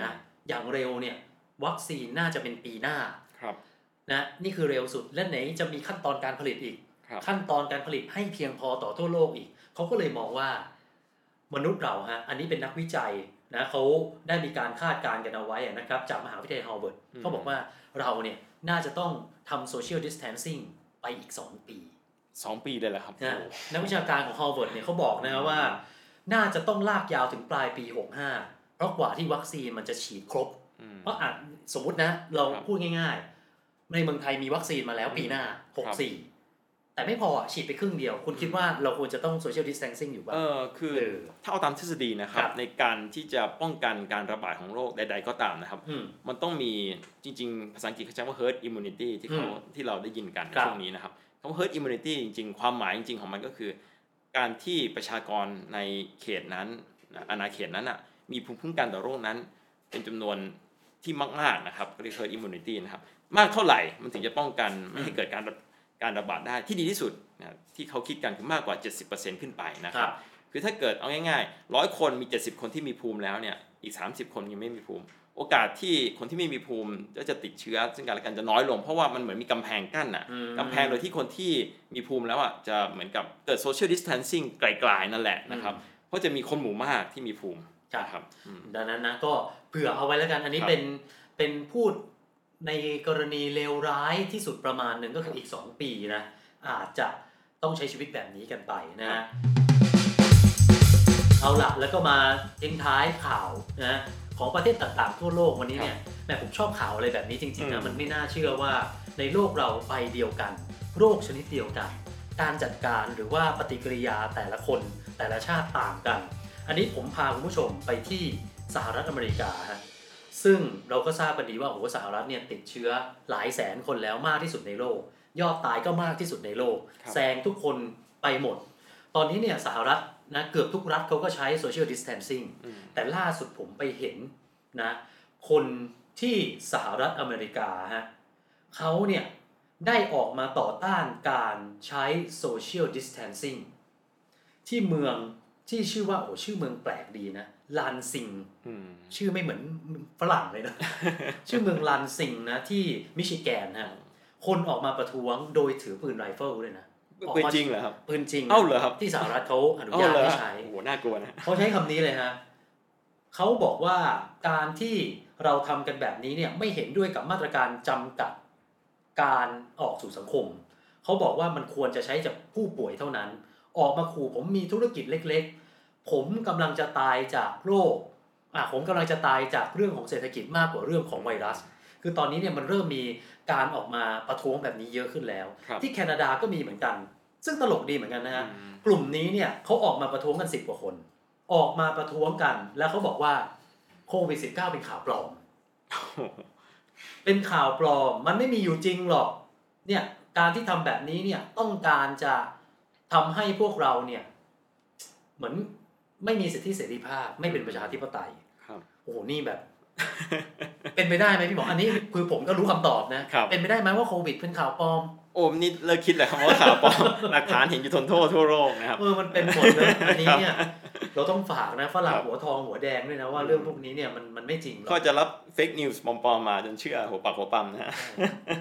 B: นะอย่างเร็วเนี่ยวัคซีนน่าจะเป็นปีหน้า
C: ครับ
B: นะนี่คือเร็วสุดและไหนจะมีขั้นตอนการผลิตอีก
C: ครับ
B: ขั้นตอนการผลิตให้เพียงพอต่อทั่วโลกอีก เขาก็เลยมองว่ามนุษย์เราฮะ อันนี้เป็นนักวิจัยนะเขาได้มีการคาดการณ์กันเอาไว้อะนะครับ จากมหาวิทยาลัยฮาร์วาร์ด
C: อืม
B: เขาบอกว่าเราเนี่ยน่าจะต้องทำโซเชียลดิสแทนซิ่งไปอีก 2 ปี
C: สองปีเลยแหละครับ
B: นะ
C: โอ้โห
B: นักวิชาการของฮาร์วาร์ดเนี่ยเขาบอกนะว่า น่าจะต้องลากยาวถึงปลายปี 65 เพราะกว่าที่วัคซีนมันจะฉีดครบ
C: อืม
B: เพราะอาจสมมตินะ เรา
C: ครับ
B: พูดง่ายๆ ในเมืองไทยมีวัคซีนมาแล้วปีหน้า
C: ครับ
B: 64 แต่ไม่พอฉีดไปครึ่งเดียว คุณคิดว่าเราควรจะต้อง social distancing อยู่บ้าง
C: เออคือ
B: เออ
C: ถ้าเอาตามทฤษฎีนะครับ
B: ครับ
C: ในการที่จะป้องกันการระบาดของโรคใด ๆ ก็ตามนะครับ
B: อืม
C: มันต้องมีจริง ๆ ภาษาอังกฤษเขาใช้ว่า herd immunity ที่เขา
B: อืม
C: ที่เราได้ยินกันใน
B: ครับ
C: ช่วงนี้นะครับคำว่า herd immunity จริง ๆ ความหมายจริง ๆ ของมันก็คือ การที่ประชากรในเขตนั้นนะอาณาเขตนั้นอ่ะมีภูมิคุ้มกันต่อโรคนั้น เป็นจำนวนที่มากๆนะครับก็เรียก herd immunity นะครับมากเท่าไหร่มันถึงจะป้องกันไม่ให้เกิดการระการระบาดได้ที่ดีที่สุดนะที่เขาคิดกันคือมากกว่า 70%ขึ้นไปนะค
B: ครั
C: รับ บ คือถ้าเกิดเอาง่ายๆร้อยคนมี 70 คนที่มีภูมิแล้วเนี่ยอีก 30 คนยังไม่มีภูมิ โอกาสที่คนที่ไม่มีภูมิก็จะติดเชื้อ ซึ่งกันและกันจะน้อยลง เพราะว่ามันเหมือนมีกำแพงกั้นอ่ะ
B: อืม
C: กำแพงโดยที่คนที่มีภูมิแล้วอ่ะจะเหมือนกับเกิดโซเชียลดิส a ทนซิ่งไกลๆนั่นแหละนะครับ เพราะจะมีคนหมู่มากที่มีภูมิ
B: ครับ
C: นะครับอืม
B: ดังนั้นนะก็เผื่อเอาไว้แล้วกันอันนี้
C: ครับ
B: เป็นเป็นพูดในกรณีเลวร้ายที่สุดประมาณหนึ่งก็คืออีก 2 ปีนะ อาจจะต้องใช้ชีวิตแบบนี้กันไปนะฮะเอาละแล้วก็มาทิ้งท้ายข่าวนะของประเทศต่างๆ ทั่วโลกวันนี้เนี่ยแหม่ผมชอบข่าวอะไรแบบนี้จริงๆนะ
C: อืม
B: มันไม่น่าเชื่อว่าในโลกเราไปเดียวกัน โรคชนิดเดียวกัน การจัดการหรือว่าปฏิกิริยาแต่ละคนแต่ละชาติต่างกัน อันนี้ผมพาคุณผู้ชมไปที่สหรัฐอเมริกาฮะซึ่งเราก็ทราบกันดีว่าโอ้โหสหรัฐเนี่ยติดเชื้อหลายแสนคนแล้วมากที่สุดในโลก ยอดตายก็มากที่สุดในโลก
C: ครับ
B: แซงทุกคนไปหมด ตอนนี้เนี่ยสหรัฐนะเกือบทุกรัฐเขาก็ใช้ social distancing
C: อืม
B: แต่ล่าสุดผมไปเห็นนะคนที่สหรัฐอเมริกาฮะเขาเนี่ยได้ออกมาต่อต้านการใช้ social distancing ที่เมืองที่ชื่อว่าโอ้ชื่อเมืองแปลกดีนะลานซิง
C: อืม
B: ชื่อไม่เหมือนฝรั่งเลย นะ ชื่อเมืองลานซิงนะที่มิชิแกนฮะคนออกมาประท้วงโดยถือปืนไรเฟิลด้วยนะออก
C: ปืน
B: มา
C: จริงเหรอครับ
B: ปืนจริง
C: เอ้าเหรอครับ
B: ที่สหรัฐเขาอนุ
C: เอ้า
B: ญาต
C: เหรอ
B: ให้ใช้
C: โอ้โหน่ากลัวนะ
B: เขาใช้คำนี้เลยฮะเขาบอกว่าการที่เราทำกันแบบนี้เนี่ยไม่เห็นด้วยกับมาตรการจำกัดการออกสู่สังคม เขาบอกว่ามันควรจะใช้จากผู้ป่วยเท่านั้น ออกมาขู่ผมมีธุรกิจเล็กๆ ผมกำลังจะตายจากโรคอ่ะผมกำลังจะตายจากเรื่องของเศรษฐกิจมากกว่าเรื่องของไวรัส คือตอนนี้เนี่ยมันเริ่มมีการออกมาประท้วงแบบนี้เยอะขึ้นแล้ว
C: ครับ
B: ที่แคนาดาก็มีเหมือนกัน ซึ่งตลกดีเหมือนกันนะฮะ
C: อืม
B: กลุ่มนี้เนี่ยเขาออกมาประท้วงกันสิบกว่าคน ออกมาประท้วงกัน แล้วเขาบอกว่าโควิด -19 เป็นข่าวปลอม เป็นข่าวปลอมมันไม่มีอยู่จริงหรอกเนี่ยการที่ทำแบบนี้เนี่ยต้องการจะทำให้พวกเราเนี่ยเหมือนไม่มีสิทธิเสรีภาพ ไม่เป็นประชาธิปไตย
C: ครับ
B: โอ้โหนี่แบบ เป็นไปได้ไหมพี่หมออันนี้คือผมก็รู้คำตอบนะครับ เป็นไปได้ไหมว่าโควิดเป็นข่าวปลอม
C: โอ้มนี่เลิกคิดแหละครับว่าข่าวปลอมหลักฐานเห็นอยู่ทนโทษทั่วโลกนะครับ
B: เออมันเป็นหมด เลยอันนี้เนี่ยเราต้องฝากนะฝรั่ง
C: ครับ
B: หัวทองหัวแดงด้วยนะว่าเรื่องพวกนี้เนี่ยมันมันไม่จริงหรอ
C: ก็
B: ก
C: จะรับเฟกนิวส์ปลอมๆมาจนเชื่อหัวปักหัวปั๊มนะฮะ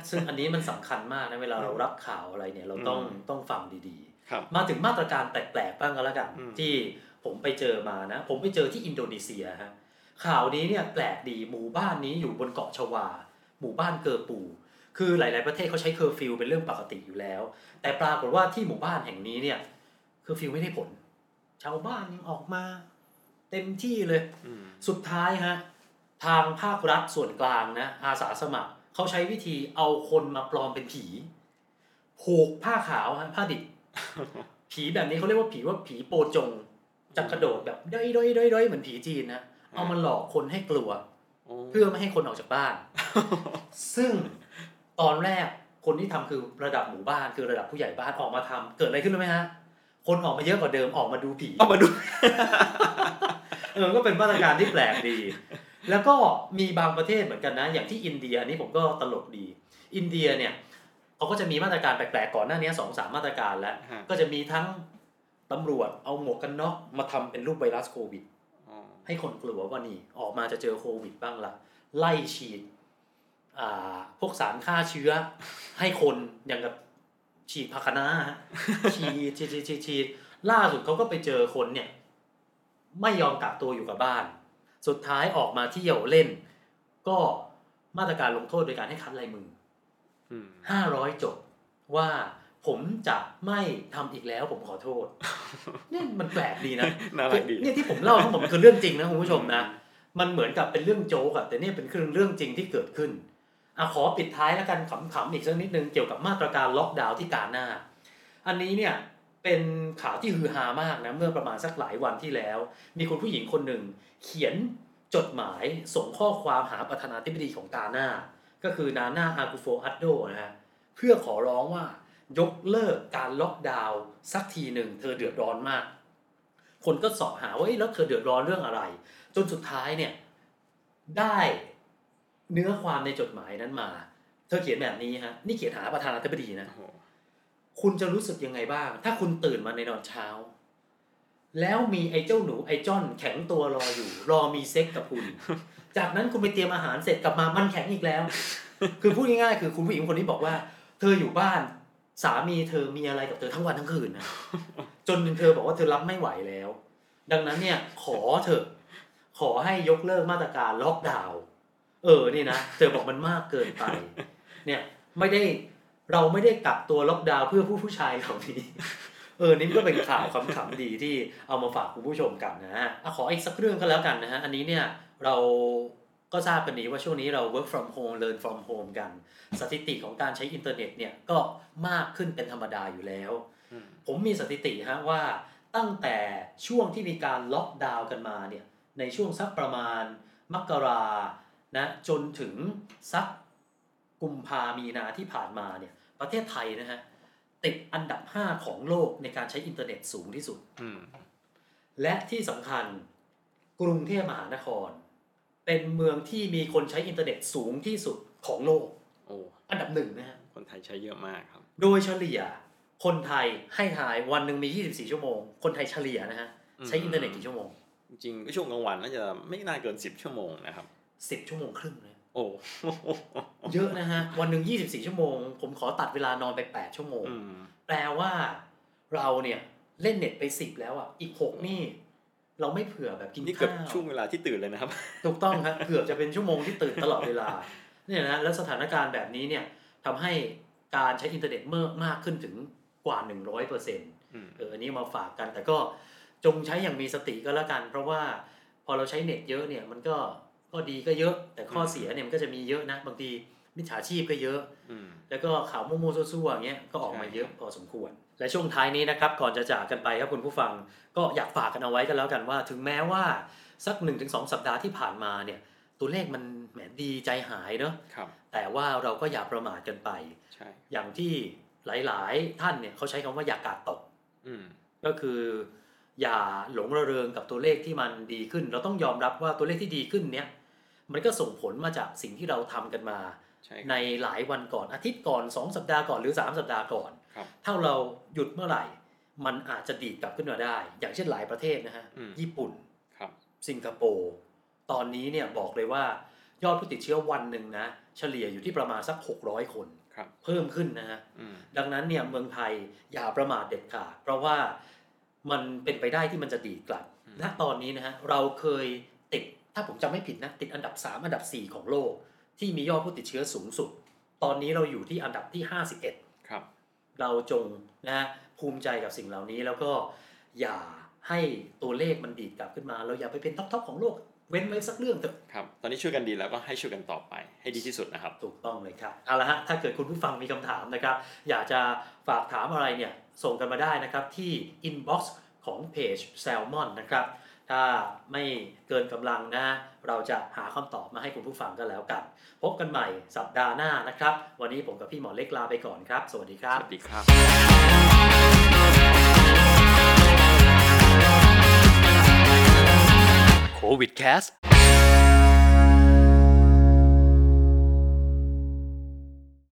B: ซึ่งอันนี้มันสำคัญมากนะเวลาเรารับข่าวอะไรเนี่ยเราต้อง
C: อืม
B: ต้องฟังดี
C: ครับ
B: ๆ มาถึงมาตรการแปลกๆบ้างก็แล้วกัน
C: อืม
B: ที่ผมไปเจอมานะ ผมไปเจอที่อินโดนีเซียฮะข่าวนี้เนี่ยแปลกดีหมู่บ้านนี้อยู่บนเกาะชวา หมู่บ้านเกอร์ปู คือหลาย ๆประเทศเขาใช้เคอร์ฟิวเป็นเรื่องปกติอยู่แล้ว แต่ปรากฏว่าที่หมู่บ้านแห่งนี้เนี่ยเคอร์ฟิวไม่ได้ผล ชาวบ้านยังออกมา เต็มที่เลย
C: อืม
B: สุดท้ายฮะทางภาครัฐส่วนกลางนะอาสาสมัครเขาใช้วิธีเอาคนมาปลอมเป็นผี ผูกผ้าขาวฮะผ้าดิบ ผีแบบนี้เขาเรียกว่าผีว่าผีโปจง จะกระโดดแบบด้อยด้อยด้อยด้อยเหมือนผีจีนนะเอามาหลอกคนให้กลัว
C: โอ้
B: เพื่อไม่ให้คนออกจาก บ้าน ซึ่งตอนแรกคนที่ทำคือระดับหมู่บ้านคือระดับผู้ใหญ่บ้านออกมาทำเกิดอะไรขึ้นรู้ไหมฮะ คนออกมาเยอะกว่าเดิมออกมาดูผี
C: เอามาดู
B: เออก็เป็นมาตรการที่แปลกดี แล้วก็มีบางประเทศเหมือนกันนะ อย่างที่อินเดียอันนี้ผมก็ตลกดี อินเดียเนี่ยเขาก็จะมีมาตรการแปลกๆก่อนหน้านี้สองสามมาตรการแล้ว
C: ฮะ
B: ก็จะมีทั้งตำรวจเอาหมวกกันน็อกมาทำเป็นรูปไวรัสโควิด
C: อ๋อ
B: ให้คนกลัวว่านี่ออกมาจะเจอโควิดบ้างละไล่ฉีดอ่าพวกสารฆ่าเชื้อ ให้คนอย่างกับฉีดพาคานาฮะ ฉีดฉีดฉีดฉีดฉีดล่าสุดเขาก็ไปเจอคนเนี่ย ไม่ยอมกักตัวอยู่กับบ้าน สุดท้ายออกมาเที่ยวเล่น ก็มาตรการลงโทษโดยการให้คัดลายมือ
C: อืม
B: ห้าร้อยจบว่าผมจะไม่ทำอีกแล้วผมขอโทษ เนี่ยมันแปลกดีนะ
C: น่ารักดี
B: เนี่ยที่ผมเล่าทั้งหมดมันคือเรื่องจริงนะคุณผู้ชมนะ มันเหมือนกับเป็นเรื่องโจ๊กอะแต่เนี่ยเป็นเรื่องจริงที่เกิดขึ้นอ่ะขอปิดท้ายแล้วกันขำๆอีกสักนิดนึงเกี่ยวกับมาตรการล็อกดาวน์ที่กาหน้า อันนี้เนี่ยเป็นข่าวที่ฮือฮามากนะเมื่อประมาณสักหลายวันที่แล้ว มีคุณผู้หญิงคนหนึ่ง เขียนจดหมายส่งข้อความหาประธานาธิบดีของกาหน้า ก็คือนาน่าอากูโฟอัดโดนะฮะเพื่อขอร้องว่ายกเลิกการล็อกดาวน์สักทีหนึ่งเธอเดือดร้อนมาก คนก็สอบหาว่าเอ๊ะแล้วเธอเดือดร้อนเรื่องอะไร จนสุดท้ายเนี่ยได้เนื้อความในจดหมายนั้นมา เธอเขียนแบบนี้ฮะนี่เขียนหาประธานาธิบดีนะ
C: โอ้โห
B: คุณจะรู้สึกยังไงบ้าง ถ้าคุณตื่นมาในตอนเช้า แล้วมีไอ้เจ้าหนูไอ้จ้อนแข็งตัวรออยู่ รอมีเซ็กกับคุณ จากนั้นคุณไปเตรียมอาหารเสร็จกลับมามันแข็งอีกแล้ว คือพูดง่ายๆคือคุณผู้หญิงคนนี้บอกว่า เธออยู่บ้าน สามีเธอมีอะไรกับเธอทั้งวันทั้งคืนนะ จนเธอบอกว่าเธอรับไม่ไหวแล้ว ดังนั้นเนี่ยขอเถอะขอให้ยกเลิกมาตรการล็อกดาวน์เออนี่นะเธอบอกมันมากเกินไป เนี่ยไม่ได้เราไม่ได้กักตัวล็อกดาวน์เพื่อผู้ผู้ชายเหล่านี้ เออนี่ก็เป็นข่าวขำๆดีที่เอามาฝากคุณผู้ชมกันนะฮะอ่ะขออีกสักเรื่องก็แล้วกันนะฮะอันนี้เนี่ยเราก็ทราบกันดีว่าช่วงนี้เรา work from home learn from home กัน สถิติของการใช้อินเทอร์เน็ตเนี่ยก็มากขึ้นเป็นธรรมดาอยู่แล้ว
C: อืม
B: ผมมีสถิติฮะว่าตั้งแต่ช่วงที่มีการล็อกดาวน์กันมาเนี่ยในช่วงสักประมาณมกรานะจนถึงสักกุมภามีนาที่ผ่านมาเนี่ยประเทศไทยนะฮะติดอันดับ 5 ของโลกในการใช้อินเทอร์เน็ตสูงที่สุด
C: อืม
B: และที่สำคัญกรุงเทพมหานคร เป็นเมืองที่มีคนใช้อินเทอร์เน็ตสูงที่สุดของโลก
C: โอ้
B: อันดับหนึ่งนะฮะ
C: คนไทยใช้เยอะมากครับ
B: โดยเฉลี่ยคนไทยให้หายวันหนึ่งมี 24 ชั่วโมง คนไทยเฉลี่ยนะฮะ
C: อืม
B: ใช้อินเทอร์เน็ตกี่ชั่วโมง
C: จริงๆช่วงกลางวันน่าจะไม่น่าเกิน 10 ชั่วโมงนะครับ
B: 10 ชั่วโมงครึ่งนะ
C: โอ้
B: เยอะนะฮะ วันหนึ่ง24 ชั่วโมง ผมขอตัดเวลานอนไป 8 ชั่วโมง
C: อืม
B: แปลว่าเราเนี่ยเล่นเน็ตไป 10 แล้วอ่ะ อีก 6 นี่ เราไม่เผื่อแบบกิน
C: นี่เกื
B: ข้า
C: อบ
B: ว
C: ช่วงเวลาที่ตื่นเลยนะครับ
B: ถูกต้องครับ เกือบจะเป็นชั่วโมงที่ตื่นตลอดเวลา เนี่ยนะแล้วสถานการณ์แบบนี้เนี่ยทำให้การใช้อินเทอร์เน็ตเมื่อมากขึ้นถึงกว่า 100%เปอร์เซ็นต์
C: อืม
B: เอออันนี้เอามาฝากกันแต่ก็จงใช้อย่างมีสติก็แล้วกัน เพราะว่าพอเราใช้เน็ตเยอะเนี่ยมันก็ก็ดีก็เยอะ แต่ข้อเสียเนี่ยมันก็จะมีเยอะนะ บางทีมิจฉาชีพก็เยอะ
C: อืม
B: แล้วก็ข่าวมั่วๆซั่วๆอย่างเงี้ยก็ออกมา
C: ใช่
B: เยอะพอสมควร และช่วงท้ายนี้นะครับ ก่อนจะจากกันไปครับคุณผู้ฟังก็อยากฝากกันเอาไว้กันแล้วกันว่า ถึงแม้ว่าสัก 1-2 สัปดาห์ที่ผ่านมาเนี่ยตัวเลขมันแหมดีใจหายเนอะ
C: ครับ
B: แต่ว่าเราก็อย่าประมาทกันไป
C: ใช่
B: อย่างที่หลายๆ ท่านเนี่ยเขาใช้คำว่าอย่ากาดตก
C: อืม
B: ก็คืออย่าหลงระเริงกับตัวเลขที่มันดีขึ้น เราต้องยอมรับว่าตัวเลขที่ดีขึ้นเนี้ยมันก็ส่งผลมาจากสิ่งที่เราทำกันมา
C: ใช่ค
B: ใน
C: รับ
B: หลายวันก่อนอาทิตย์ก่อน 2 สัปดาห์ก่อนหรือ 3 สัปดาห์ก่อน
C: ครับ
B: ถ้าเราหยุดเมื่อไหร่ มันอาจจะดีดกลับขึ้นมาได้ อย่างเช่นหลายประเทศนะฮะ
C: อืม
B: ญี่ปุ่น
C: ครับ
B: สิงคโปร์ตอนนี้เนี่ยบอกเลยว่ายอดผู้ติดเชื้อวันหนึ่งนะเฉลี่ยอยู่ที่ประมาณสัก 600 คน
C: ครับ
B: เพิ่มขึ้นนะฮะ
C: อืม
B: ดังนั้นเนี่ยเมืองไทยอย่าประมาทเด็ดขาด เพราะว่ามันเป็นไปได้ที่มันจะดีดกลับ
C: อืม
B: ณตอนนี้นะฮะเราเคยติดถ้าผมจำไม่ผิดนะติดอันดับ 3 อันดับ 4 ของโลก ที่มียอดผู้ติดเชื้อสูงสุด ตอนนี้เราอยู่ที่อันดับที่ 51
C: ครับ
B: เราจงนะฮะภูมิใจกับสิ่งเหล่านี้แล้วก็อย่าให้ตัวเลขมันดีดกลับขึ้นมา เราอย่าไปเป็นท็อปๆของโลก เว้นไว้สักเรื่องเถอะ
C: ครับ ตอนนี้ช่วยกันดีแล้วก็ให้ช่วยกันต่อไป ให้ดีที่สุดนะครับ
B: ถูกต้องเลยครับเอาละฮะถ้าเกิดคุณผู้ฟังมีคำถามนะครับ อยากจะฝากถามอะไรเนี่ย ส่งกันมาได้นะครับ ที่ inbox ของเพจ Salmon นะครับ ถ้าไม่เกินกำลังนะ เราจะหาคำตอบมาให้คุณผู้ฟังกันแล้วกัน พบกันใหม่สัปดาห์หน้านะครับ วันนี้ผมกับพี่หมอเล็กลาไปก่อนครับ สวัสดีค
C: ส
B: รับ
C: วัสดีครับ
B: โควิดแคส